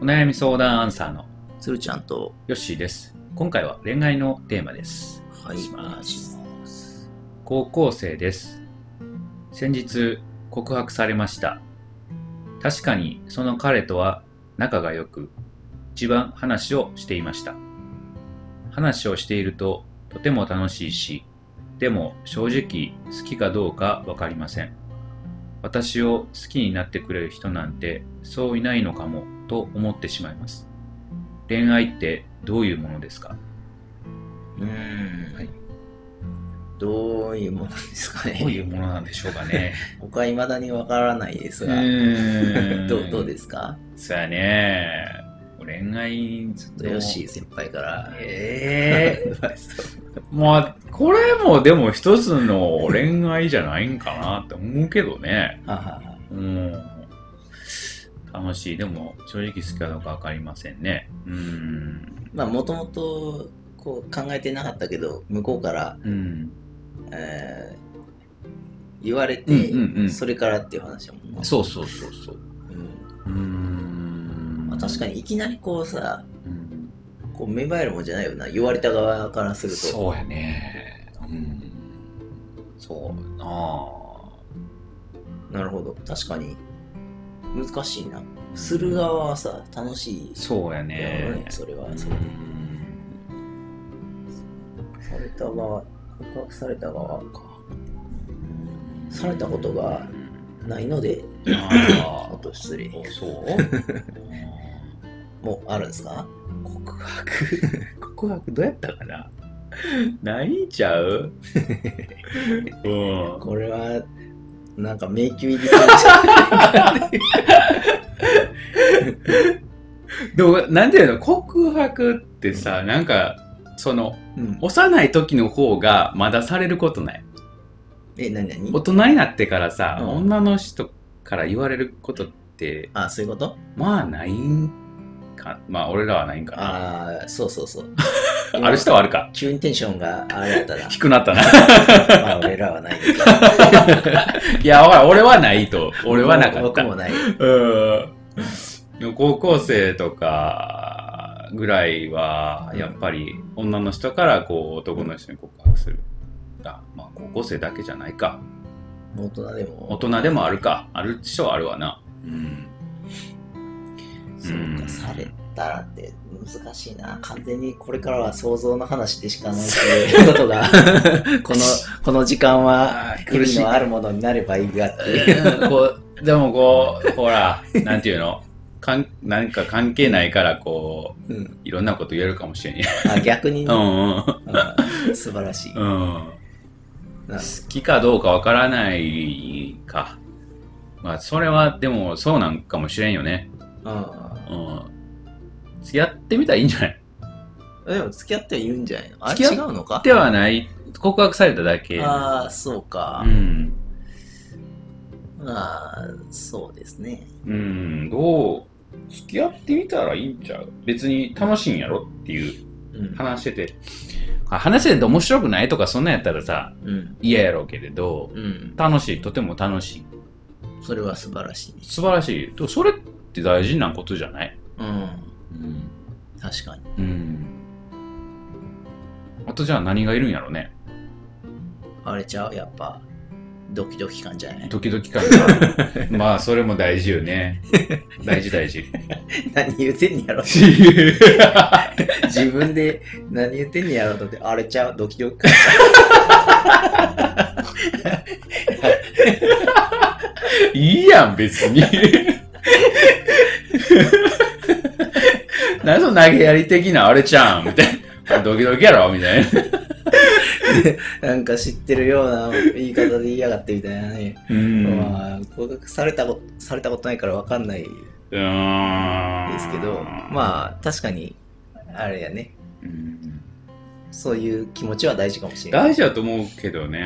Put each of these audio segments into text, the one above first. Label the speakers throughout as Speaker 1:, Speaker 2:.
Speaker 1: お悩み相談アンサーの
Speaker 2: 鶴ちゃんと、
Speaker 1: ヨッシーです。今回は恋愛のテーマです。
Speaker 2: は
Speaker 1: します
Speaker 2: お願いします
Speaker 1: 高校生です。先日告白されました。確かにその彼とは仲が良く、一番話をしていました。話をしているととても楽しいし、でも正直好きかどうかわかりません。私を好きになってくれる人なんてそういないのかもと思ってしまいます。恋愛ってどういうものですか
Speaker 2: うーん、
Speaker 1: はい
Speaker 2: どういうものですかね。
Speaker 1: どういうものなんでしょうかね。
Speaker 2: 僕はいまだにわからないですが、 どうどう
Speaker 1: す
Speaker 2: ですか
Speaker 1: そうやね。恋愛、ちょっ
Speaker 2: ヨッシー先輩から。
Speaker 1: ええ
Speaker 2: アドバイスを
Speaker 1: まあ、これもでも一つの恋愛じゃないんかなって思うけどね。
Speaker 2: ははは
Speaker 1: うん。楽しい。でも、正直好きかどうかわかりませんね。うん。
Speaker 2: まあ、もともと、こう考えてなかったけど、向こうから、
Speaker 1: うん。
Speaker 2: えー言われ
Speaker 1: うん
Speaker 2: て、
Speaker 1: うんうん
Speaker 2: それからっていう話だもんね。
Speaker 1: そうそうそうそう。
Speaker 2: う
Speaker 1: う
Speaker 2: ん
Speaker 1: ん。
Speaker 2: まあ、確かにいきなりこうさ、
Speaker 1: うん。
Speaker 2: こう芽生えるもんじゃないよな。言われた側からすると。
Speaker 1: そうやね。うん。そうなあ。
Speaker 2: なるほど。確かに。難しいな。する側はさ、楽しい。
Speaker 1: そうやね
Speaker 2: ね。それは
Speaker 1: う
Speaker 2: それで。
Speaker 1: ん
Speaker 2: された側、告白された側か。されたことがないので、
Speaker 1: あ
Speaker 2: おっと失礼。
Speaker 1: あ、そう
Speaker 2: もうあるんですか
Speaker 1: 告 白、告白どうやったかなないんちゃう うん。
Speaker 2: これは、なんか迷宮入りされちゃう。
Speaker 1: でも、なんていうの、告白ってさ、なんか、その、
Speaker 2: うん
Speaker 1: 幼い時の方がまだされることない。
Speaker 2: え、なにな
Speaker 1: 大
Speaker 2: に
Speaker 1: 人になってからさ、
Speaker 2: うん
Speaker 1: 女の人から言われることって、
Speaker 2: あ、そういうこと
Speaker 1: まあ、ないんか。まあ、俺らはないんかな。
Speaker 2: ああ、そうそうそう。
Speaker 1: ある人はあるか。
Speaker 2: 急にテンションがあれや ったら、
Speaker 1: 低くなったな。
Speaker 2: まあ俺らはないけど。
Speaker 1: いや、おい俺はないと。俺はなかっ
Speaker 2: 僕
Speaker 1: た。
Speaker 2: もない。
Speaker 1: うん。高校生とかぐらいは、やっぱり女の人からこう男の人に告白する。あまあ、高校生だけじゃないか。
Speaker 2: 大人でも。
Speaker 1: 大人でもあるか。あるっしょあるわな。うん。
Speaker 2: そう
Speaker 1: うん
Speaker 2: か、されたらって難しいな。完全にこれからは想像の話でしかないというこ とが、この、この時間は
Speaker 1: あー
Speaker 2: 意
Speaker 1: 苦しい
Speaker 2: 味のあるものになればいいがっていう。
Speaker 1: こうでもこう、ほら、なんていうのかんなんか関係ないからこう、
Speaker 2: うん
Speaker 1: いろんなこと言えるかもしれんね。
Speaker 2: あ逆に
Speaker 1: う
Speaker 2: ね、
Speaker 1: んうん。
Speaker 2: うん素晴らしい。
Speaker 1: うん。
Speaker 2: な
Speaker 1: 好きかどうかわからないか。まあ、それはでもそうなんかもしれんよね。
Speaker 2: うん
Speaker 1: うん。やってみたらいいんじゃない
Speaker 2: でも付き合ってはいるんじゃないのあ
Speaker 1: 付き合
Speaker 2: 違
Speaker 1: っ
Speaker 2: うのか
Speaker 1: ではない、告白されただけ。
Speaker 2: ああ、そうか
Speaker 1: う。ん。
Speaker 2: まあ、そうですね。
Speaker 1: うん、どう付き合ってみたらいいんちゃう別に楽しいんやろっていう
Speaker 2: うん。
Speaker 1: 話してて。あ話してて面白くないとかそんなんやったらさ、
Speaker 2: うん。
Speaker 1: 嫌やろうけれど、
Speaker 2: うん。
Speaker 1: 楽しい、とても楽しい。
Speaker 2: それは素晴らしい。
Speaker 1: 素晴らしい。でもそれって大事なことじゃない
Speaker 2: うん。
Speaker 1: うん。
Speaker 2: 確かに。
Speaker 1: うん。あとじゃあ何がいるんやろね。
Speaker 2: あれちゃうやっぱ、ドキドキ感じゃない
Speaker 1: ドキドキ感が。 まあそれも大事よね。大事大事。
Speaker 2: 何言うてんねやろ 自分で何言ってんねやろうと思ってあれちゃうドキ ドキ感
Speaker 1: いいやん別に。何その投げやり的なあれちゃんみたいな。ドキドキやろみたいな。
Speaker 2: なんか知ってるような言い方で言いやがってみたいなね、
Speaker 1: う
Speaker 2: まあ告白されたことされたことないから分かんないで
Speaker 1: ん。
Speaker 2: すけど
Speaker 1: あ。
Speaker 2: まあ確かにあれやね
Speaker 1: うん
Speaker 2: そういう気持ちは大事かもしれない
Speaker 1: 大事だと思うけど
Speaker 2: うんう
Speaker 1: ね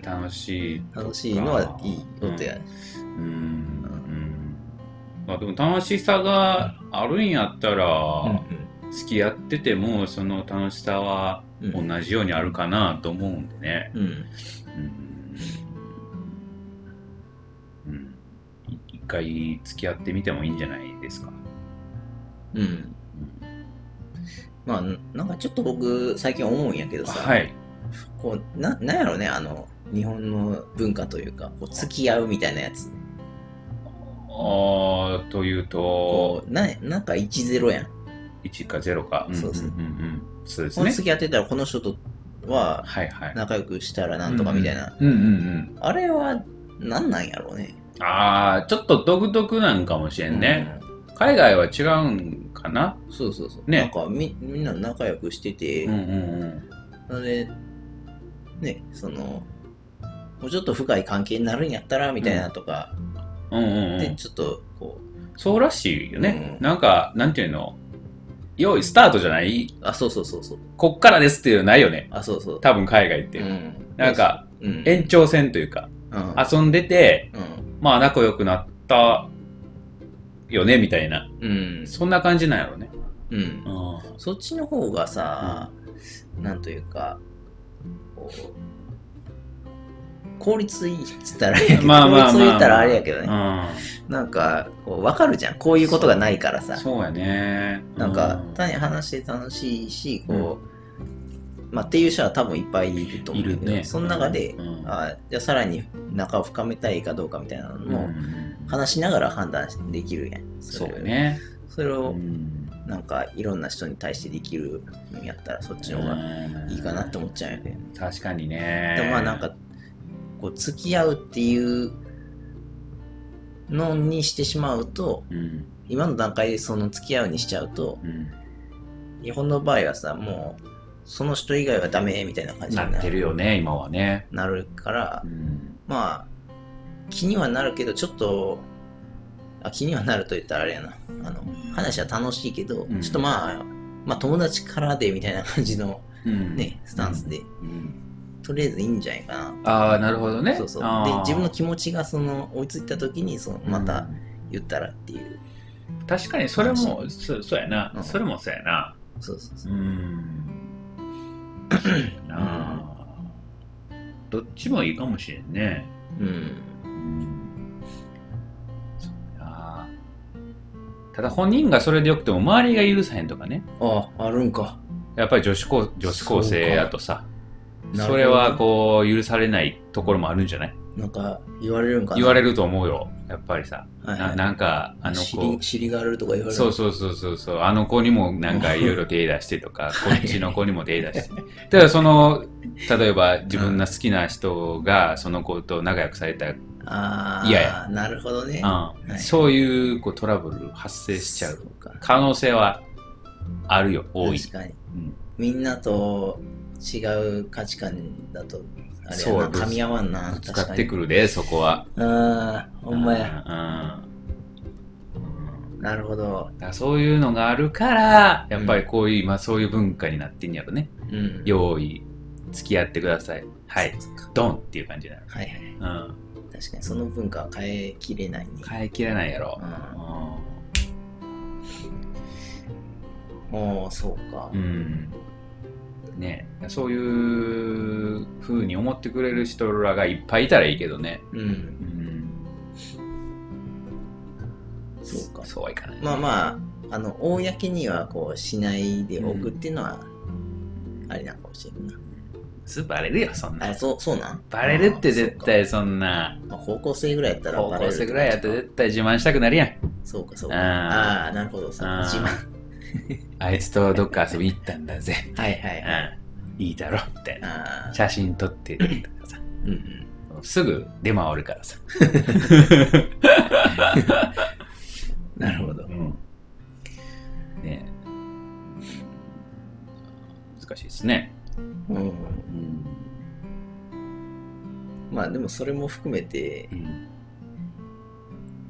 Speaker 2: ん。
Speaker 1: 楽しいとか。
Speaker 2: 楽しいのはいいことや、
Speaker 1: うんまあ、でも楽しさがあるんやった
Speaker 2: うん
Speaker 1: ら、付き合っててもその楽しさは
Speaker 2: うん
Speaker 1: 同じようにあるかなと思うんでね。
Speaker 2: うん
Speaker 1: うんうん、い一回付き合ってみてもいいんじゃないですか。
Speaker 2: うん。まあ、なんかちょっと僕、最近思うんやけどさ、
Speaker 1: はい。
Speaker 2: こう、な、なんやろね、あの、日本の文化というか、こう、付き合うみたいなやつ。
Speaker 1: あーというと、
Speaker 2: こう、な、なんか1-0やん。
Speaker 1: 1か0か。ん
Speaker 2: そうそう
Speaker 1: うんうんうんそうで
Speaker 2: こ
Speaker 1: す
Speaker 2: の
Speaker 1: ね。
Speaker 2: 付き合ってたら、この人とは
Speaker 1: はいはい。
Speaker 2: 仲良くしたらなんとかみたいな。
Speaker 1: うんうんうん。
Speaker 2: あれは、なんなんやろうね。
Speaker 1: ああ、ちょっと独特なんかもしれんね。海外は違うんかな
Speaker 2: うん。そうそうそう。
Speaker 1: ね
Speaker 2: なんかみ、みんな仲良くしてて、
Speaker 1: うんうんうん。
Speaker 2: なので、ね、その、もうちょっと深い関係になるんやったら、みたいなとか、
Speaker 1: うんうんう
Speaker 2: で、
Speaker 1: ん。
Speaker 2: ちょっと、こ
Speaker 1: そうらしいよね。
Speaker 2: うん、
Speaker 1: なんか、なんていうの用意スタートじゃないう
Speaker 2: あ、そうそうそうそう、
Speaker 1: こっからですっていうのないよね。
Speaker 2: あ、そうそう。
Speaker 1: 多分海外って。
Speaker 2: うん
Speaker 1: なん、か、
Speaker 2: うん、
Speaker 1: 延長線というか、
Speaker 2: うん、
Speaker 1: 遊んでて、
Speaker 2: うん、
Speaker 1: まあ仲良くなったよね、みたいな。
Speaker 2: うん、
Speaker 1: そんな感じなんやろね。
Speaker 2: うん。
Speaker 1: あ
Speaker 2: そっちの方がさ、なんというか、こう、効率いいっつったらあれやけ ど、
Speaker 1: まあまあまあ
Speaker 2: 効率いいっつったらあれやけどね。
Speaker 1: あ。
Speaker 2: なんか、こう、わかるじゃん。こういうことがないから
Speaker 1: うん。
Speaker 2: さ。
Speaker 1: そうやね。
Speaker 2: なんか
Speaker 1: う、
Speaker 2: 単に話して楽しいし、こう、まあ、っていう人は多分いっぱいいると思うけど、
Speaker 1: いるね
Speaker 2: その中で、
Speaker 1: うん
Speaker 2: あじゃあさらに仲を深めたいかどうかみたいなの
Speaker 1: う
Speaker 2: も、
Speaker 1: ん
Speaker 2: 話しながら判断できるやん。
Speaker 1: そ
Speaker 2: れ
Speaker 1: うや。ね。
Speaker 2: それを
Speaker 1: う、ん
Speaker 2: なんか、いろんな人に対してできるんやったら、そっちの方がいいかなって思っちゃうんやけどね。
Speaker 1: 確かにね。
Speaker 2: でもまあなんか、こう、付き合うっていうのにしてしまうと、
Speaker 1: うん、
Speaker 2: 今の段階でその付き合うにしちゃうと、
Speaker 1: うん、
Speaker 2: 日本の場合はさもうその人以外はダメみたいな感じに
Speaker 1: な
Speaker 2: な
Speaker 1: ってるよね、今はね。
Speaker 2: なるから、
Speaker 1: うん
Speaker 2: まあ気にはなるけどちょっとあ気にはなると言ったらあれやなあの話は楽しいけど、
Speaker 1: うん
Speaker 2: ちょっとまあまあ友達からでみたいな感じの
Speaker 1: うん
Speaker 2: ね、スタンスで、
Speaker 1: うん
Speaker 2: とりあえずいいんじゃないかな、
Speaker 1: ああ、なるほどね。
Speaker 2: そうそう
Speaker 1: あ
Speaker 2: で
Speaker 1: ー
Speaker 2: 自分の気持ちがその追いついた時にそのまた言ったらっていう、
Speaker 1: うん確かにそれも、そそうやな、
Speaker 2: うん
Speaker 1: それもそうやな。
Speaker 2: そうそうそうう、
Speaker 1: ん。なあどっちもいいかもしれんね。
Speaker 2: うん、
Speaker 1: うんそうやなただ本人がそれでよくても周りが許さへんとかね。
Speaker 2: ああるんか
Speaker 1: やっぱり女子高女子高生やとさそ
Speaker 2: なるほど
Speaker 1: れはこう許されないところもあるんじゃない
Speaker 2: なんか言われるんかな
Speaker 1: 言われると思うよやっぱりさ
Speaker 2: はいはい
Speaker 1: ななんかあの子
Speaker 2: 尻尻があるとか言われる
Speaker 1: そうそうそうそうそうあの子にもなんかいろいろ手出してと かこ
Speaker 2: は
Speaker 1: っ
Speaker 2: い
Speaker 1: ちの子にも手出してただその例えば自分の好きな人がその子と仲良くされた、うん
Speaker 2: あ
Speaker 1: いやいや
Speaker 2: あ、なるほどね。い
Speaker 1: そういうこうトラブル発生しちゃ
Speaker 2: そうか。
Speaker 1: 可能性はあるよ多い、
Speaker 2: 確かに。
Speaker 1: うん
Speaker 2: みんなと違う価値観だと、あれ
Speaker 1: そ
Speaker 2: や
Speaker 1: う
Speaker 2: な、噛み合わんな
Speaker 1: ぶ、つか
Speaker 2: 確か
Speaker 1: って
Speaker 2: に。
Speaker 1: くるでそこは
Speaker 2: ああ、ほんまや。
Speaker 1: うんうん
Speaker 2: なるほど。
Speaker 1: だからそういうのがあるから、やっぱりこういう、まあそういう文化になってんやろね。
Speaker 2: うん。
Speaker 1: 用意、付き合ってください。はい、
Speaker 2: そっか
Speaker 1: ドンっていう感じになる。
Speaker 2: はいはい。
Speaker 1: うん。
Speaker 2: 確かに、その文化は変えきれないね。
Speaker 1: 変えきれないやろ。
Speaker 2: うん。おーそうか
Speaker 1: う。ん。ねそういう風に思ってくれる人らがいっぱいいたらいいけどね。
Speaker 2: うん。
Speaker 1: うん。
Speaker 2: そうか。
Speaker 1: そうはいかない。
Speaker 2: まあまあ、あの、公にはこう、しないでおくっていうのは、あれなのかもしれんな
Speaker 1: すぐバレるよ、そん
Speaker 2: い。あ、
Speaker 1: な。
Speaker 2: そう、そうなん
Speaker 1: バレるって
Speaker 2: あーそう
Speaker 1: 絶
Speaker 2: か
Speaker 1: 対そんな。
Speaker 2: まあ、高校生ぐらいやったら
Speaker 1: 高
Speaker 2: バレる
Speaker 1: 校生ぐらいやと絶対自慢したくなるやん。
Speaker 2: そうかそう
Speaker 1: うん
Speaker 2: かああなるほどそう
Speaker 1: うん
Speaker 2: 自慢
Speaker 1: あいつとどっか遊び行ったんだぜ。
Speaker 2: はいはいはい
Speaker 1: うん、いいだろみたいな
Speaker 2: ああ
Speaker 1: 写真撮ってとかさ
Speaker 2: うんうん
Speaker 1: すぐ出回るからさ
Speaker 2: なるほど
Speaker 1: うんねえ難しいですね、
Speaker 2: うん
Speaker 1: うん
Speaker 2: まあでもそれも含めて
Speaker 1: うん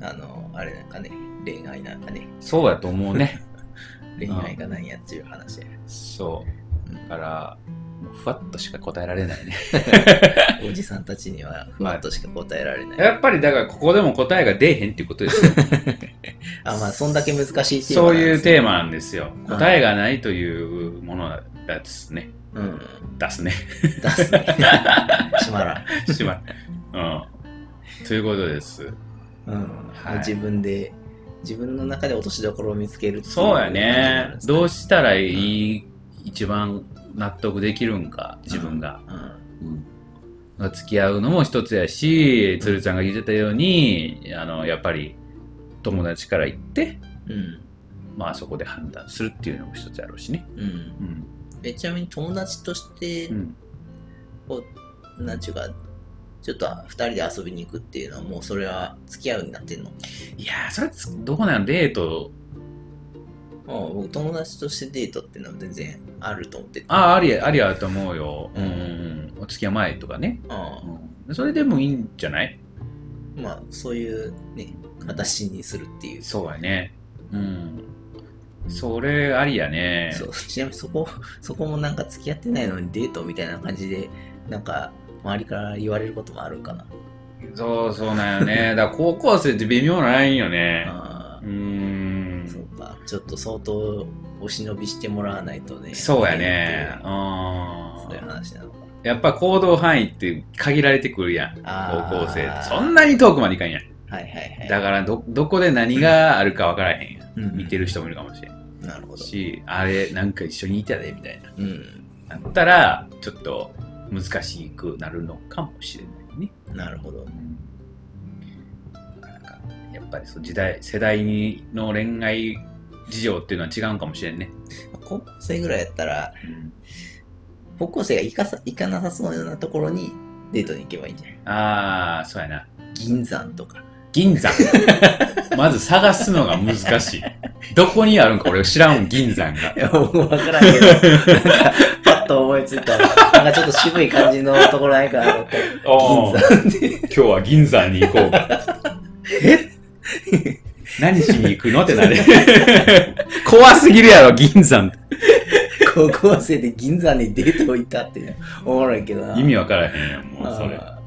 Speaker 2: あのあれなんかね恋愛なんかね
Speaker 1: そうやと思うね
Speaker 2: 恋愛が何やっていう話や
Speaker 1: そうだからもうふわっとしか答えられないね
Speaker 2: おじさんたちにはふわっとしか答えられな い
Speaker 1: やっぱりだからここでも答えが出えへんっていうことですよ
Speaker 2: あまあそんだけ難しいテー マ
Speaker 1: そういうテー
Speaker 2: マ
Speaker 1: マなんですよ答えがないというものだですね
Speaker 2: うん
Speaker 1: 出すね
Speaker 2: 出すねしまらん
Speaker 1: しまう。うん。ということです。
Speaker 2: うん
Speaker 1: はい
Speaker 2: 自分で自分の中で落としどころを見つけるってい
Speaker 1: そうやね。どう
Speaker 2: し
Speaker 1: したらいい、一番納得できるんか、自分が。
Speaker 2: うん
Speaker 1: うん、付き合うのも一つやし、鶴ちゃんが言ってたように、あの、やっぱり友達から言って、
Speaker 2: うん
Speaker 1: まあそこで判断するっていうのも一つやろうしね。
Speaker 2: うん
Speaker 1: うん。
Speaker 2: えちなみに友達として
Speaker 1: うん、
Speaker 2: こうなんちゅうかちょっと2人で遊びに行くっていうのはもうそれは付き合うになってんの
Speaker 1: いやー、それつ、どこなんデート、
Speaker 2: ああ僕友達としてデートっていうのは全然あると思ってて
Speaker 1: ああ、ありや、ありやと思うよ。うんうん。お付き合い前とかね。
Speaker 2: あ
Speaker 1: うん。それでもいいんじゃない
Speaker 2: あまあそういうね形にするっていう
Speaker 1: そうやね。うん。それありやね。
Speaker 2: そうちなみにそこそこもなんか付き合ってないのにデートみたいな感じでなんか周りから言われることもあるかな、
Speaker 1: そうそうなんよ ね。だから高校生って微妙なラインよね。
Speaker 2: あ
Speaker 1: うー。
Speaker 2: あそうんかちょっと相当お忍びしてもらわないとね
Speaker 1: そうやね。う。
Speaker 2: そういうん話なのか
Speaker 1: やっぱ行動範囲って限られてくるやん。
Speaker 2: あ
Speaker 1: 高
Speaker 2: ー
Speaker 1: 校生って。そんなに遠くまでいかんやん。
Speaker 2: はいはいはい
Speaker 1: だからど、どこで何があるか分からへんやん。
Speaker 2: うん
Speaker 1: 見てる人もいるかもしれん
Speaker 2: なるほど
Speaker 1: し、あれ、なんか一緒にいたで、みたいな。
Speaker 2: うん
Speaker 1: なったら、ちょっと難しくなるのかもしれないね。
Speaker 2: なるほど
Speaker 1: なかなかやっぱりそう時代世代の恋愛事情っていうのは違うんかもしれんね。
Speaker 2: 高校生ぐらいやったら高校生が行かさ行かなさそうなところにデートに行けばいいんじゃない
Speaker 1: ああ、そうやな。
Speaker 2: 銀山とか
Speaker 1: 銀山。 まず探すのが難しい。どこにあるんか俺知らん、銀山が
Speaker 2: い。 や僕分からんけどなんかパッと思いついたなんかちょっと渋い感じのところないかなと思って
Speaker 1: おー
Speaker 2: 銀
Speaker 1: 今日は銀山に行こうか。え何しに行くのって なる。怖すぎるやろ、銀山。
Speaker 2: 山高校生で銀山にデート行ったっていうのおもろいけどな
Speaker 1: 意味わからへんやん、もうそれ。
Speaker 2: あ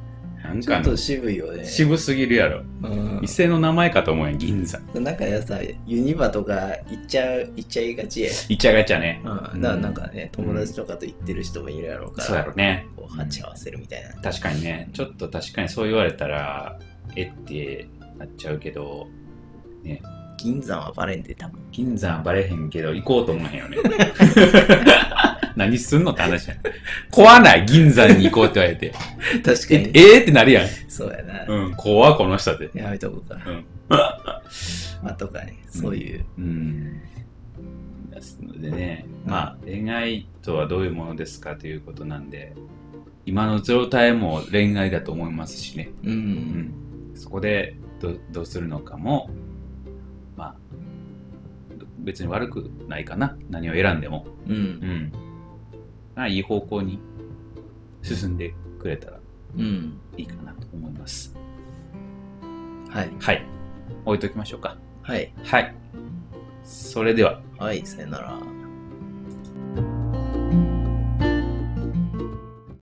Speaker 1: なん
Speaker 2: ーちょ
Speaker 1: か
Speaker 2: っと渋いよね、
Speaker 1: 渋すぎるやろ。
Speaker 2: うん
Speaker 1: 店の名前かと思うやん、銀山。
Speaker 2: なんかやさユニバとか行っちゃう行っちゃいがちや
Speaker 1: イチャガチャね。
Speaker 2: うん、だからなんかね、友達とかと行ってる人もいるやろうから、
Speaker 1: そうやろね。
Speaker 2: こう鉢合わせるみたいな。
Speaker 1: 確かにね。ちょっと確かにそう言われたら、えってなっちゃうけど、
Speaker 2: 銀山はバレんで多分。
Speaker 1: 銀山バレへんけど、行こうと思わへん よね。何すんのって話やん。怖ない、銀山に行こうって言われて。
Speaker 2: 確か
Speaker 1: え、
Speaker 2: に。
Speaker 1: えーってなるやん。
Speaker 2: そうやな。
Speaker 1: うん、怖この人って。
Speaker 2: やめとこうか。
Speaker 1: うん
Speaker 2: まあとかね、そういう。
Speaker 1: うん。ですのでね、まあ、恋愛とはどういうものですかということなんで、今の状態も恋愛だと思いますしね。
Speaker 2: うん。
Speaker 1: うん、そこでどどうするのかも、まあ、別に悪くないかな何を選んでも、
Speaker 2: うん。
Speaker 1: うんまあ、いい方向に進んでくれたら
Speaker 2: うん。
Speaker 1: いいかなと思います
Speaker 2: はい。
Speaker 1: はい置いときましょうか
Speaker 2: はい。
Speaker 1: はいそれでは
Speaker 2: はい、さよなら。